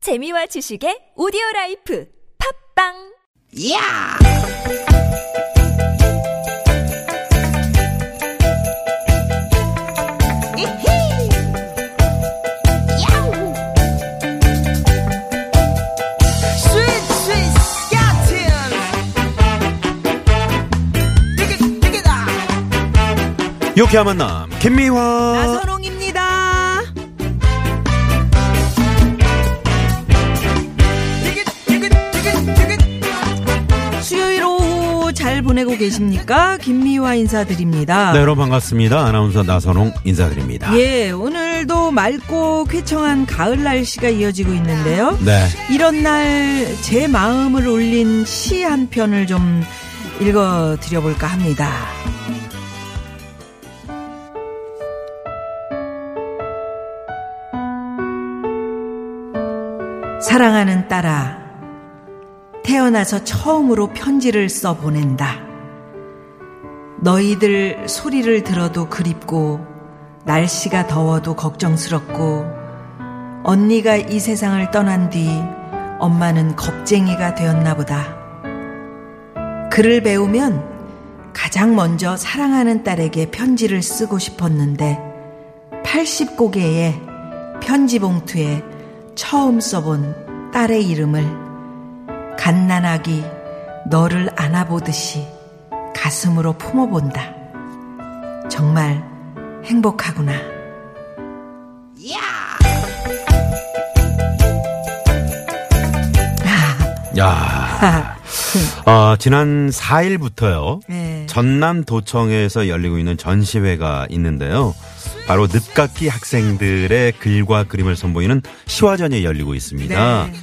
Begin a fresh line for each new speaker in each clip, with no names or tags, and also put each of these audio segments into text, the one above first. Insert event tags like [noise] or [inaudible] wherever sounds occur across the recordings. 재미와 지식의 오디오 라이프 팝빵
야! 이히! 야우! 스윗, 스윗, 스캇틴! 띠깃, 띠깃아!
유쾌한 만남 김미화
나선홍입니다. 띠깃, 띠깃, 띠깃, 띠깃.
수요일 오후 잘 보내고 계십니까? 김미화 인사드립니다.
네 여러분 반갑습니다 아나운서 나선홍 인사드립니다
예, 오늘도 맑고 쾌청한 가을 날씨가 이어지고 있는데요.
네
이런 날 제 마음을 올린 시 한 편을 좀 읽어 드려볼까 합니다. 사랑하는 딸아, 태어나서 처음으로 편지를 써 보낸다. 너희들 소리를 들어도 그립고, 날씨가 더워도 걱정스럽고, 언니가 이 세상을 떠난 뒤 엄마는 겁쟁이가 되었나 보다. 글을 배우면 가장 먼저 사랑하는 딸에게 편지를 쓰고 싶었는데 80고개의 편지 봉투에 처음 써본 딸의 이름을 갓난아기 너를 안아보듯이 가슴으로 품어본다. 정말 행복하구나. [laughs]
야,
아,
어, 지난 4일부터요
네.
전남 도청에서 열리고 있는 전시회가 있는데요 바로 늪깎이 학생들의 글과 그림을 선보이는 시화전이 열리고 있습니다
네.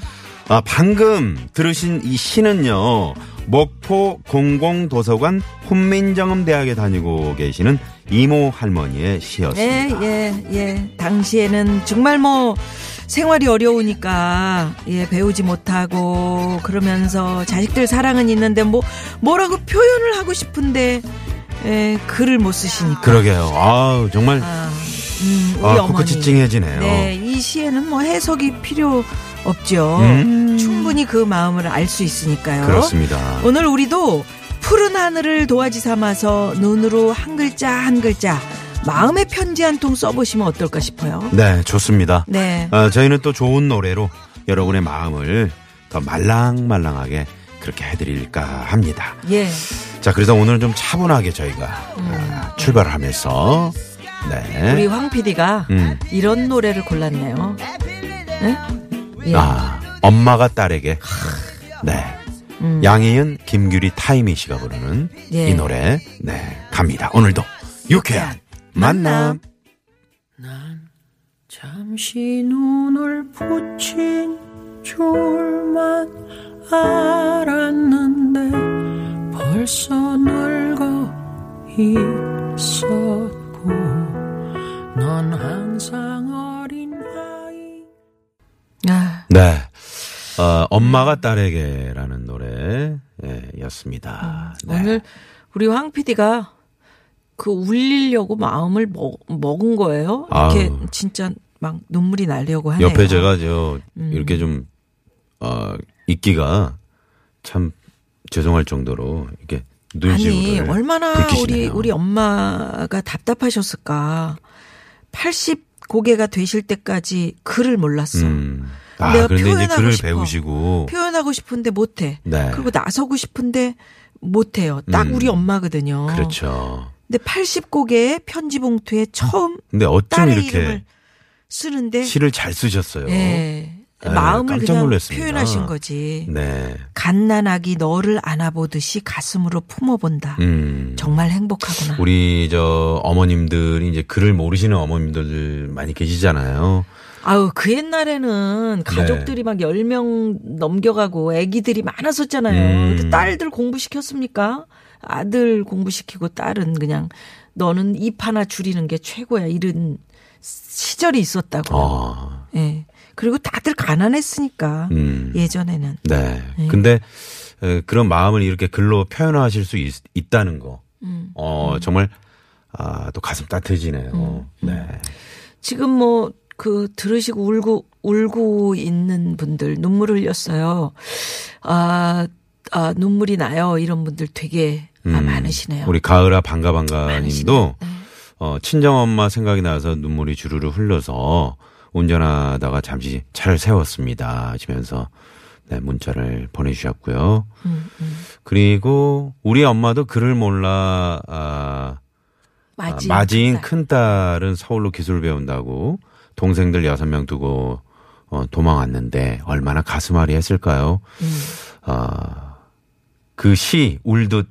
아, 방금 들으신 이 시는요 목포 공공도서관 훈민정음대학에 다니고 계시는 이모 할머니의
예,
시였습니다
예, 예. 당시에는 정말 뭐 생활이 어려우니까 예, 배우지 못하고 그러면서 자식들 사랑은 있는데 뭐 뭐라고 표현을 하고 싶은데 예, 글을 못 쓰시니까.
그러게요 아 정말
아, 음, 우리
아,
어머니.
코끝이 찡해지네요.
네, 이 시에는 뭐 해석이 필요 없죠.
음.
충분히 그 마음을 알 수 있으니까요.
그렇습니다.
오늘 우리도 푸른 하늘을 도화지 삼아서 눈으로 한 글자 한 글자 마음의 편지 한 통 써보시면 어떨까 싶어요.
네, 좋습니다.
네.
어, 저희는 또 좋은 노래로 여러분의 마음을 더 말랑말랑하게 그렇게 해드릴까 합니다.
예.
자, 그래서 오늘은 좀 차분하게 저희가 아, 출발하면서 네.
우리 황 PD가
음.
이런 노래를 골랐네요. 네? 예.
아, 엄마가 딸에게 네. 양희은, 김규리, 타이미 씨가 부르는
음. 예.
이 노래 네 갑니다. 오늘도 유쾌한 만남.
잠시 눈을 붙인 줄만 알았는데 벌써 늙어 있었고 넌 항상 어린 아이
아,
네. 어, 엄마가 딸에게라는 예, 노래였습니다. 네.
음, 오늘 우리 황 PD가 그 울리려고 마음을 먹, 먹은 거예요. 이렇게
아우.
진짜 막 아, 눈물이 나려고 하네요.
옆에 제가 저
음.
이렇게 좀 어, 있기가 참 죄송할 정도로 이렇게
아니
눈시울을
얼마나 우리
붉히시네요.
우리 엄마가 답답하셨을까. 80 고개가 되실 때까지 글을 몰랐어.
음. 아
내가
그런데 이제
표현하고
글을
싶어.
배우시고
표현하고 싶은데 못해.
네.
그리고 나서고 싶은데 못해요. 딱
음.
우리 엄마거든요.
그렇죠.
근데 80 고개의 편지 봉투에 처음
근데 어쩜
딸의
이렇게
이름을 네. 쓰는데
시를 잘 쓰셨어요.
예.
네,
마음을
깜짝
그냥
놀랐습니다.
표현하신 거지.
네.
갓난아기 너를 안아보듯이 가슴으로 품어본다.
음.
정말 행복하구나.
우리 저 어머님들이 이제 글을 모르시는 어머님들 많이 계시잖아요.
아우 그
네.
옛날에는 가족들이 막 10명 넘겨가고 애기들이 많았었잖아요.
음.
근데 딸들 공부시켰습니까? 아들 공부시키고 딸은 그냥 너는 입 하나 줄이는 게 최고야. 이런 시절이 있었다고.
아,
예. 그리고 다들 가난했으니까
음.
예전에는.
네. 근데 에, 그런 마음을 이렇게 글로 표현하실 수 있, 다는 거.
음.
어, 정말
음.
아, 또 가슴 따뜻해지네요. 네.
지금 뭐 그 들으시고 울고 울고 있는 분들 눈물 흘렸어요. 아, 아 눈물이 나요. 이런 분들 되게 아,
음,
많으시네요.
우리 가을아 반가 반가님도
많으시네요. 네.
어, 친정 엄마 생각이 나서 눈물이 주르르 흘러서 운전하다가 잠시 차를 세웠습니다. 하시면서 네, 문자를 보내주셨고요.
음,
그리고 우리 엄마도 글을 몰라 아, 아,
맞이.
맞이인 큰딸은 서울로 기술 배운다고 동생들 여섯 명 두고 어, 도망왔는데 얼마나 가슴앓이 했을까요?
음.
아, 그 시 울듯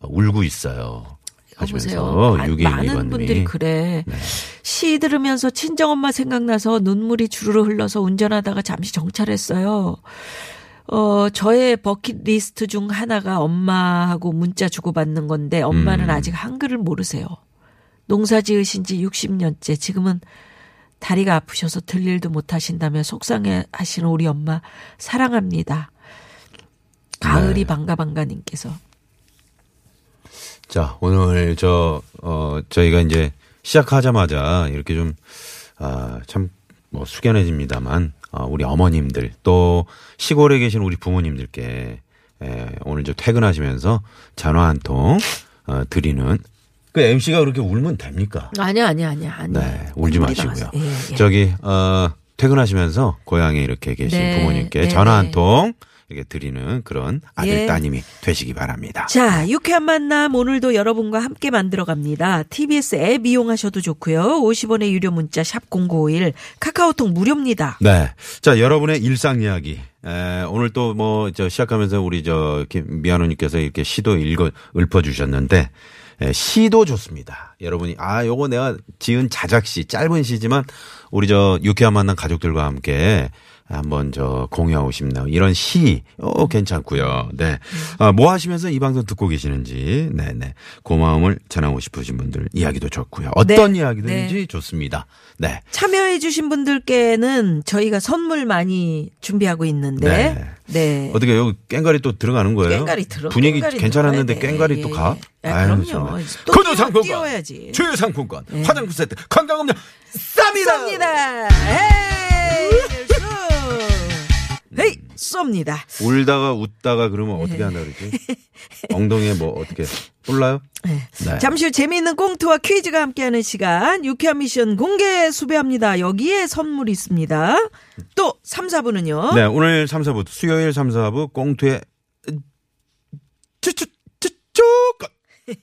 어, 울고 있어요.
여보세요.
하시면서
아,
6 2
많은
6
분들이 네.
2번님이
그래. 시 들으면서 친정엄마 생각나서 눈물이 주르르 흘러서 운전하다가 잠시 정찰했어요. 어, 저의 버킷리스트 중 하나가 엄마하고 문자 주고받는 건데 엄마는 아직 한글을 모르세요. 농사 지으신 지 60년째 지금은 다리가 아프셔서 들릴도 못 하신다며 속상해 하시는 우리 엄마 사랑합니다. 가을이 반가 반가님께서
자 오늘 저 어, 저희가 이제 시작하자마자 이렇게 아, 좀아참뭐 숙연해집니다만 아, 우리 어머님들 또 시골에 계신 우리 부모님들께 에, 오늘 저 퇴근하시면서 전화 한 통 어, 드리는 그 MC가 그렇게 울면 됩니까?
아니야 아니야 아니야 아니야.
네, 울지
우리
마시고요.
나가서. 예, 예.
저기 어 퇴근하시면서 고향에 이렇게 계신
네,
부모님께
네,
전화
네.
한 통 이렇게 드리는 그런 아들
예.
따님이 되시기 바랍니다.
자, 유쾌한 만남 오늘도 여러분과 함께 만들어 갑니다. TBS 앱 이용하셔도 좋고요. 50원의 유료 문자 샵 0951 카카오톡 무료입니다.
네. 자, 여러분의 일상 이야기. 에, 오늘 또 뭐, 저, 시작하면서 우리 저, 김- 미아노님께서 이렇게 시도 읽어, 읊어주셨는데, 에, 시도 좋습니다. 여러분이, 아, 요거 내가 지은 자작시, 짧은 시지만, 우리 저, 유쾌한 만난 가족들과 함께, 한번 저, 공유하고 싶네요. 이런 시, 어, 괜찮고요 네. 아, 뭐 하시면서 이 방송 듣고 계시는지, 네네. 고마움을 전하고 싶으신 분들 이야기도 좋고요 어떤
네.
이야기든지 좋습니다. 네.
참여해 주신 분들께는 저희가 선물 많이 준비하고 있는데 네.
어떻게 여기 깽가리 또 들어가는 거예요?
깽가리 들어.
분위기
깽가리
괜찮았는데
들어가야 돼.
깽가리
예,
또 가?
예. 아,
아유,
그럼요.
정말.
또
구두
뛰어-
상품권,
뛰어야지. 예.
주유 상품권, 화장품 세트, 건강음료 쌉니다.
쏩니다. 헤이! 수! 헤이! 쏩니다.
울다가 웃다가 그러면 어떻게
네.
한다 그러지? 엉덩이에 뭐 어떻게 뿔나요? 네.
잠시 후 재미있는 꽁트와 퀴즈가 함께하는 시간 유쾌한 미션 공개 수배합니다. 여기에 선물이 있습니다. 또 3, 4부는요.
네, 오늘 3, 4부 수요일 3, 4부 꽁투의 쭈쭈쭈쭈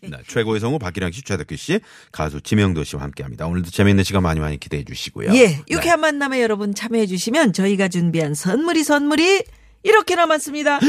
네, 최고의 성우 박기량 씨, 최덕규 씨, 가수 지명도 씨와 함께합니다. 오늘도 재미있는 시간 많이 많이 기대해 주시고요.
예,
네.
유쾌한 만남에 여러분 참여해 주시면 저희가 준비한 선물이 선물이 이렇게 남았습니다.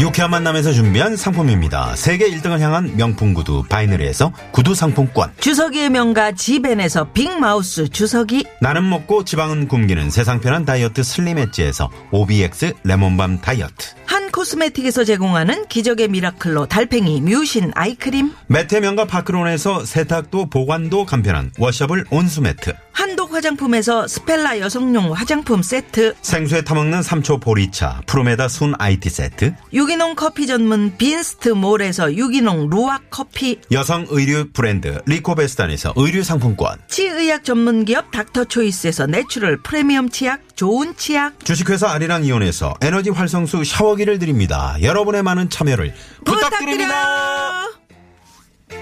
유쾌한 만남에서 준비한 상품입니다. 세계 1등을 향한 명품 구두 바이너리에서 구두 상품권.
[gasps] 주석이의 명가 지벤에서 빅마우스 주석이
나는 먹고 지방은 굶기는 세상 편한 다이어트 슬림 엣지에서 OBX 레몬밤 다이어트.
한 코스메틱에서 제공하는 기적의 미라클로 달팽이 뮤신 아이크림
매태명과 파크론에서 세탁도 보관도 간편한 워셔블 온수 매트.
한독 화장품에서 스펠라 여성용 화장품 세트
생수에 타먹는 삼초 보리차 프로메다 순 IT 세트.
유기농 커피 전문 빈스트 몰에서 유기농 루아 커피
여성 의류 브랜드 리코베스탄에서 의류 상품권.
치의학 전문 기업 닥터 초이스에서 내추럴 프리미엄 치약, 좋은 치약
주식회사 아리랑 이온에서 에너지 활성수 샤워기를 드립니다. 여러분의 많은 참여를 부탁드립니다.
부탁드려요.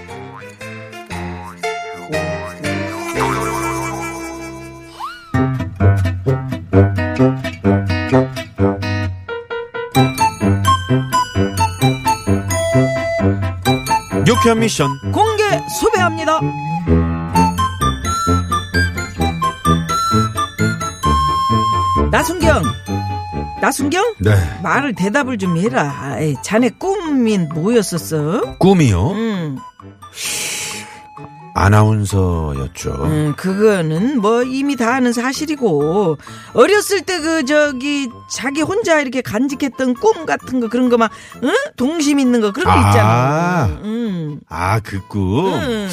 유쾌한 미션.
공개 수배합니다. 나순경, 나순경,
네.
말을 대답을 좀 해라. 아이, 자네 꿈인 뭐였었어?
꿈이요?
음,
아나운서였죠.
음, 그거는 뭐 이미 다 아는 사실이고 어렸을 때 그 저기 자기 혼자 이렇게 간직했던 꿈 같은 거 그런 거막 응? 동심 있는 거 그런 거
아.
있잖아. 음,
아, 그 꿈?
음,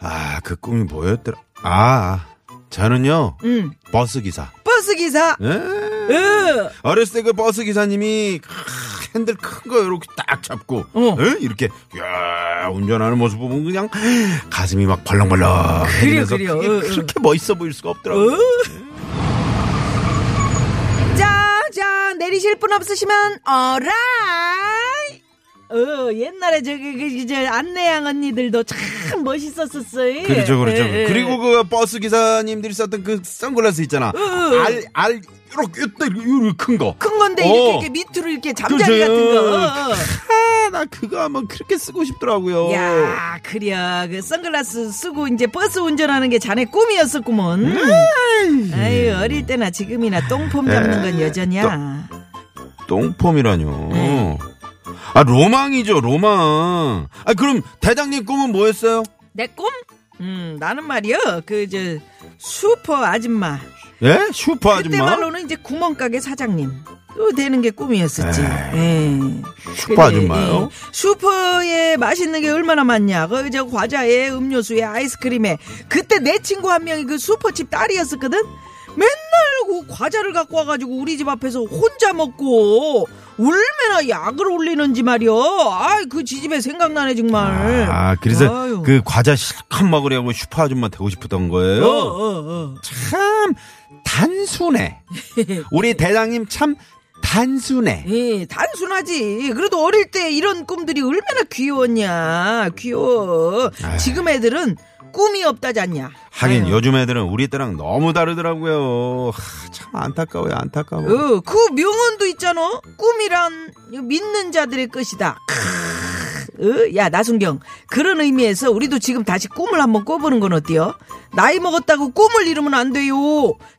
아, 그 꿈이 뭐였더라? 아, 저는요,
음.
버스기사. 네?
버스 기사.
에?
으.
어렸을 때 그 버스기사님이 핸들 큰 거 이렇게 딱 잡고
어.
에? 이렇게 야 운전하는 모습 보면 그냥 가슴이 막 벌렁벌렁 해지면서
그려.
그게
어, 어.
그렇게 멋있어 보일 수가 없더라고요.
자, 자, 내리실 분 없으시면, 어라이! 어, 옛날에 저기, 그, 이제, 안내양 언니들도 참 멋있었었어요.
그렇죠, 그렇죠.
예, 예.
그리고 그 버스 기사님들이 썼던 그 선글라스 있잖아.
어,
알, 알, 요렇게, 요렇게 큰 거.
큰 건데,
어.
이렇게, 이렇게 밑으로 이렇게 잠자리 같은 거. 어, 어.
아, 나 그거 한번 그렇게 쓰고 싶더라고요.
야, 그려. 그 선글라스 쓰고 이제 버스 운전하는 게 자네 꿈이었었구먼. 아유, 어릴 때나 지금이나 똥폼 잡는 건 여전이야.
똥폼이라뇨.
네.
아, 로망이죠, 로망. 아, 그럼 대장님 꿈은 뭐였어요?
내 꿈? 음, 나는 말이야. 그, 저, 슈퍼 아줌마.
예? 슈퍼
그때
아줌마?
말로는 이제 구멍가게 사장님. 또 되는 게 꿈이었었지. 예.
슈퍼 아줌마요?
예. 슈퍼에 맛있는 게 얼마나 많냐. 그 저 과자에 음료수에 아이스크림에 그때 내 친구 한 명이 그 슈퍼집 딸이었었거든. 맨날 그 과자를 갖고 와가지고 우리 집 앞에서 혼자 먹고 얼마나 약을 올리는지 말이여. 아이 그 지집에 생각나네 정말. 어,
아, 그래서
아유.
그 과자 실컷 먹으려고 슈퍼 아줌마 되고 싶었던 거예요?
어, 어, 어.
참, 단순해. 우리 대장님 참, 단순해.
예, 단순하지. 그래도 어릴 때 이런 꿈들이 얼마나 귀여웠냐. 귀여워.
아.
지금 애들은 꿈이 없다잖냐.
하긴
아유.
요즘 애들은 우리 때랑 너무 다르더라고요. 하, 참 안타까워요, 안타까워. 요
어, 그 명언도 있잖아. 꿈이란 믿는 자들의 것이다. 크. 어, 야 나순경 그런 의미에서 우리도 지금 다시 꿈을 한번 꿔보는 건 어때요? 나이 먹었다고 꿈을 이루면 안 돼요.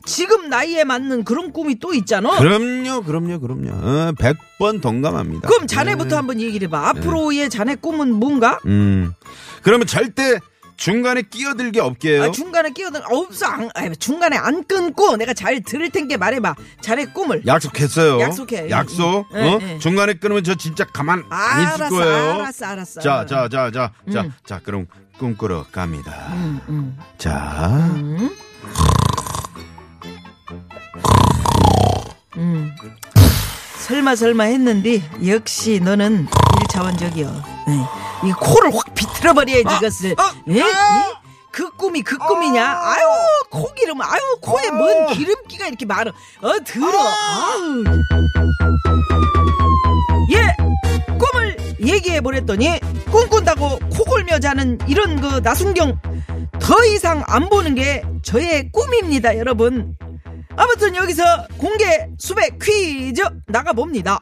지금 나이에 맞는 그런 꿈이 또 있잖아.
그럼요, 그럼요, 그럼요. 어, 100번 동감합니다.
그럼 자네부터 한번 얘기를 해봐. 앞으로의 자네 꿈은 뭔가?
음. 그러면 절대 중간에 끼어들게 없게요.
아, 중간에 끼어든 없어 안, 아니, 중간에 안 끊고 내가 잘 들을 텐게 말해봐 자네 꿈을
약속했어요.
약속해. 음,
약속.
응, 응.
어?
응, 응.
중간에 끊으면 저 진짜 가만 안 있을
예. 알았어,
거예요.
알았어, 알았어. 음.
자, 자, 자, 자, 자, 자, 그럼 꿈꾸러 갑니다. 자,
설마 설마 했는데 역시 너는 일차원적이여 네. 이 코를 확 비틀어버려야지 이것을 예? 예? 그 꿈이 그 꿈이냐 아유 코 기름 아유 코에 뭔 기름기가 이렇게 많아 어 들어 아우 예 꿈을 얘기해 보랬더니 꿈꾼다고 코골며 자는 이런 그 나순경 더 이상 안 보는 게 저의 꿈입니다 여러분 아무튼 여기서 공개 수백 퀴즈 나가봅니다.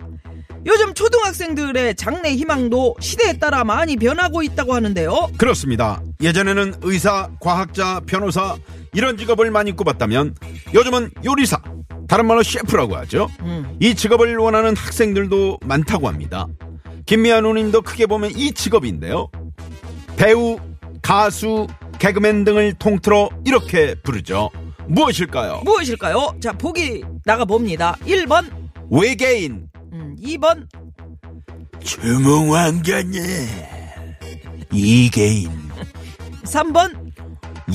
요즘 초등학생들의 장래 희망도 시대에 따라 많이 변하고 있다고 하는데요.
그렇습니다. 예전에는 의사, 과학자, 변호사 이런 직업을 많이 꼽았다면 요즘은 요리사, 다른 말로 셰프라고 하죠. 이 직업을 원하는 학생들도 많다고 합니다. 김미아 누님도 크게 보면 이 직업인데요. 배우, 가수, 개그맨 등을 통틀어 이렇게 부르죠. 무엇일까요?
무엇일까요? 자, 보기 나가봅니다. 1번,
외계인.
음, 2번,
주몽왕자님. 이계인.
3번,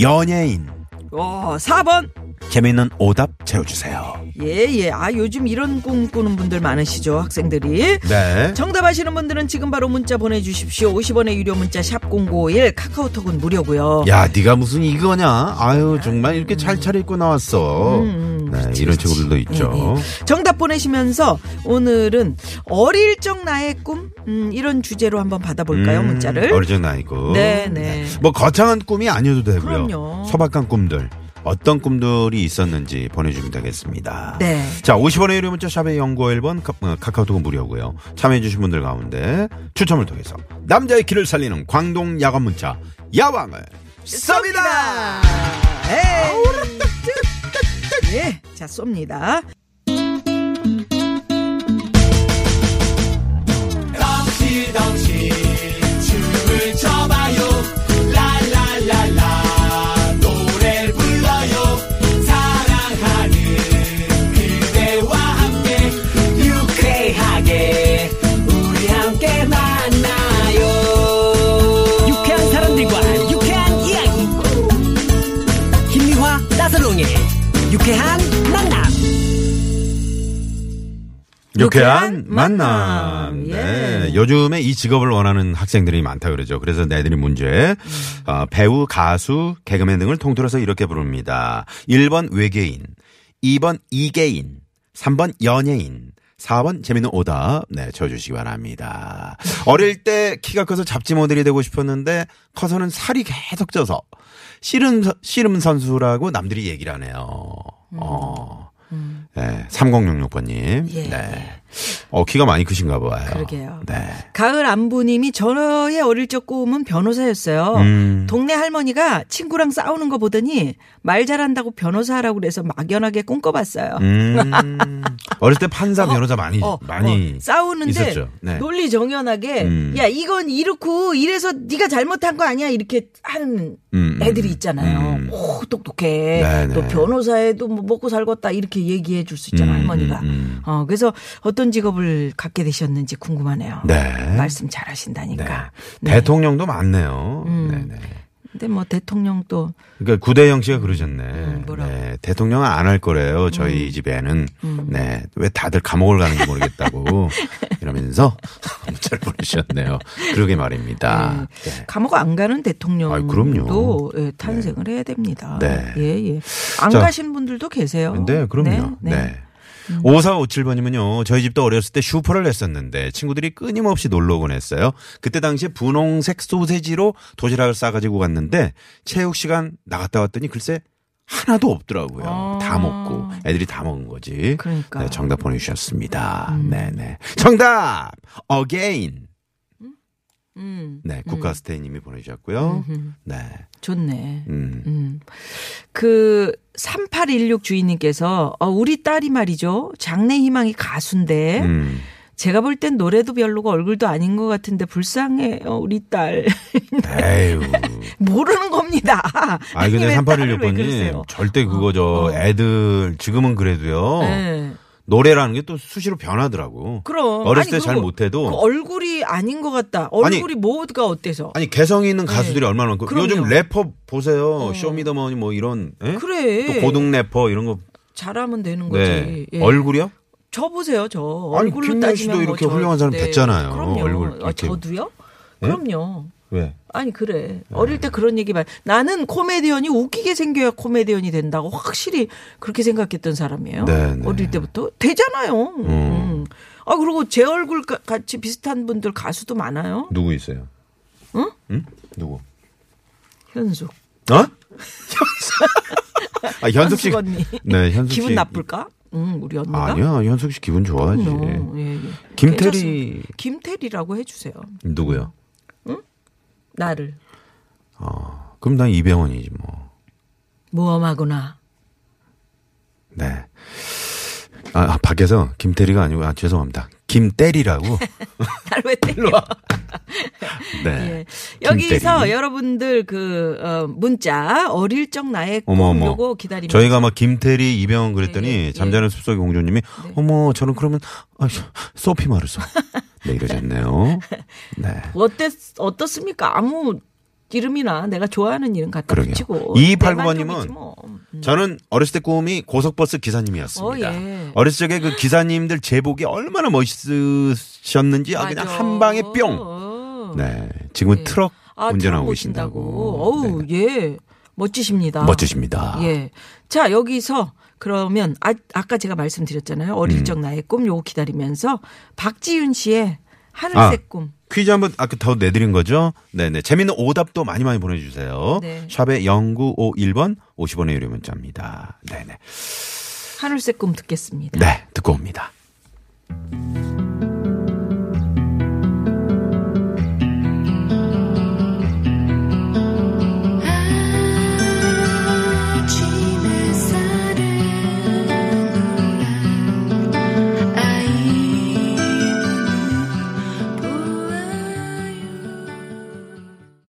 연예인.
어, 4번.
재미있는 오답 채워주세요.
예, 예. 아, 요즘 이런 꿈 꾸는 분들 많으시죠, 학생들이.
네.
정답 아시는 분들은 지금 바로 문자 보내주십시오. 50원의 유료 문자 샵 051, 카카오톡은 무료고요
야, 네가 무슨 이거냐? 아유, 정말 이렇게 잘 차려입고 나왔어.
음,
네, 이런 친구들도
네,
있죠.
정답 보내시면서 오늘은 어릴 적 나의 꿈 음, 이런 주제로 한번 받아볼까요
음,
문자를
어리진 아니고.
네네
뭐 거창한 꿈이 아니어도 되고요.
그럼요.
소박한 꿈들. 어떤 꿈들이 있었는지 보내주시면 되겠습니다.
네.
자, 50원의 유료 문자 샵의 연구 1번 카- 어, 카카오톡은 무료고요. 참여해주신 분들 가운데 추첨을 통해서 남자의 길을 살리는 광동 야간 문자 야왕을 쏩니다. 아,
예, 자 쏩니다
유쾌한 사람들과 유쾌한 이야기 김미화 나서롱의 유쾌한 만남
야, 유쾌한 만남.
만남.
네.
예.
요즘에 이 직업을 원하는 학생들이 많다 그러죠. 그래서 내드린 문제. 어, 배우, 가수, 개그맨 등을 통틀어서 이렇게 부릅니다. 1번 외계인, 2번 이계인, 3번 연예인. 4번 재밌는 오답 네 쳐주시기 바랍니다. 어릴 때 키가 커서 잡지 모델이 되고 싶었는데 커서는 살이 계속 쪄서 씨름 씨름 선수라고 남들이 얘기를 하네요.
음.
어. 네, 3066번님.
예,
네. 어, 키가 많이 크신가 봐요.
그러게요.
네.
가을 안부님이 저의 어릴 적 꿈은 변호사였어요.
음.
동네 할머니가 친구랑 싸우는 거 보더니 말 잘한다고 변호사 하라고 그래서 막연하게 꿈꿔봤어요. [laughs] 어,
음. 어릴 때 판사 변호사 많이 많이
싸우는데
있었죠. 네.
논리 정연하게
음.
야 이건 이렇고 이래서 네가 잘못한 거 아니야 이렇게 하는
음, 음,
애들이 있잖아요.
음.
오 똑똑해.
네, 네.
또 변호사에도 뭐 먹고 살겠다 이렇게 얘기해 줄 수 있잖아
음,
할머니가.
음, 음.
어 그래서 어떤 직업을 갖게 되셨는지 궁금하네요.
네.
말씀 잘하신다니까. 네. 음.
대통령도 많네요. 네, 네.
근데 뭐 대통령 또
그러니까 구대영 씨가 그러셨네.
음, 뭐라고? 음.
네, 대통령은 안 할 거래요. 저희 집에는 네, 왜 다들 감옥을 가는지 모르겠다고
[laughs]
이러면서 문자를 보내셨네요. 그러게 말입니다. 네.
감옥 안 가는
아이,
대통령도
그럼요.
예, 탄생을 해야 됩니다.
네.
예, 예. 안
자.
가신 분들도 계세요.
네, 그럼요. 네.
음.
5457번이면요. 저희 집도 어렸을 때 슈퍼를 했었는데 친구들이 끊임없이 놀러 오곤 했어요. 그때 당시에 분홍색 소세지로 도시락을 싸가지고 갔는데 체육 시간 나갔다 왔더니 글쎄 하나도 없더라고요. 다 먹고 애들이 다 먹은 거지.
어. 그러니까.
네, 정답 보내주셨습니다. 네네. 정답 again.
음,
네, 국가스테이님이 보내주셨고요. 네,
좋네.
음.
음. 그, 3816 주인님께서, 어, 우리 딸이 말이죠. 장래 희망이 가수인데,
음.
제가 볼 땐 노래도 별로고 얼굴도 아닌 것 같은데 불쌍해요, 어, 우리 딸. [laughs] 네.
에휴.
모르는 겁니다.
아, 근데
왜 딸을 왜
3816번님
그러세요? 어,
절대 그거 저 애들 지금은 그래도요.
네.
노래라는 게 또 수시로 변하더라고.
그럼.
어렸을
아니,
때 잘
그리고
못해도
그 얼굴이 아닌 것 같다. 얼굴이 뭐가 어때서?
아니 개성 있는 가수들이 얼마나 많고
네. 그럼요. 어.
요즘 래퍼 보세요. 쇼미더머니 뭐 이런 예?
그래.
또 고등 래퍼 이런 거
잘하면 되는
네.
거지. 예.
얼굴이요?
저 보세요, 저.
아니,
얼굴로
김민아
따지면
씨도
뭐
이렇게
저-
훌륭한 사람
네.
됐잖아요.
그럼요.
얼굴
아,
이렇게. 네?
저도요? 그럼요.
왜? 네.
아니 그래 어릴 때 그런 얘기 말 나는 코미디언이 웃기게 생겨야 코미디언이 된다고 확실히 그렇게 생각했던 사람이에요
네, 네.
어릴 때부터 되잖아요 음. 아 그리고 제 얼굴 가- 같이 비슷한 분들 가수도 많아요
누구 있어요? 응? 누구?
현숙
어? [laughs] 아 현숙 씨.
현숙 언니
네, 현숙 씨.
기분 나쁠까 음 우리 언니가
아니야, 현숙 씨 기분 좋아하지.
어, 예, 예.
김태리-
괜찮습니다. 김태리라고 해주세요
누구요?
나를
그럼 난 이병헌이지 뭐.
모험하거나
네. 아, 아, 밖에서 김태리가 아니고, 아, 죄송합니다. 김때리라고.
[laughs] 날왜 때려
네.
예. 여기서
김때리.
여러분들 그 어, 문자 어릴 적 나의 꿈
어머, 어머.
요거 기다립니다.
저희가 막 김태리, 이병헌 그랬더니
예, 네. 예.
잠자는 숲속의 공주님이 어머, 저는 그러면, 아, 소피 마르소. 네,
[laughs]
이러셨네요. 네.
어땠 어떻습니까? 아무 이름이나 내가 좋아하는 이름 갖다
그러게요.
붙이고
2289
내
님은
만족이지 뭐.
저는 어렸을 때 꿈이 고속버스 기사님이었습니다.
어, 예.
어렸을 적에 그 기사님들 제복이 얼마나 멋있으셨는지 아, 그냥
맞아.
한 방에 뿅.
어.
네. 지금은
예.
트럭
아,
운전하고
참
계신다고.
어우
네.
예 멋지십니다.
멋지십니다.
예. 자, 여기서 그러면 아, 아까 제가 말씀드렸잖아요.
음.
어릴 적 나의 꿈 요거 기다리면서 박지윤 씨의 하늘색
아.
꿈.
퀴즈 한번 아까 더 내드린 거죠? 네네. 재밌는 오답도 많이 많이 보내주세요.
네.
샵에 0951번 50원의 유료 문자입니다. 네네.
하늘색 꿈 듣겠습니다.
네. 듣고 옵니다.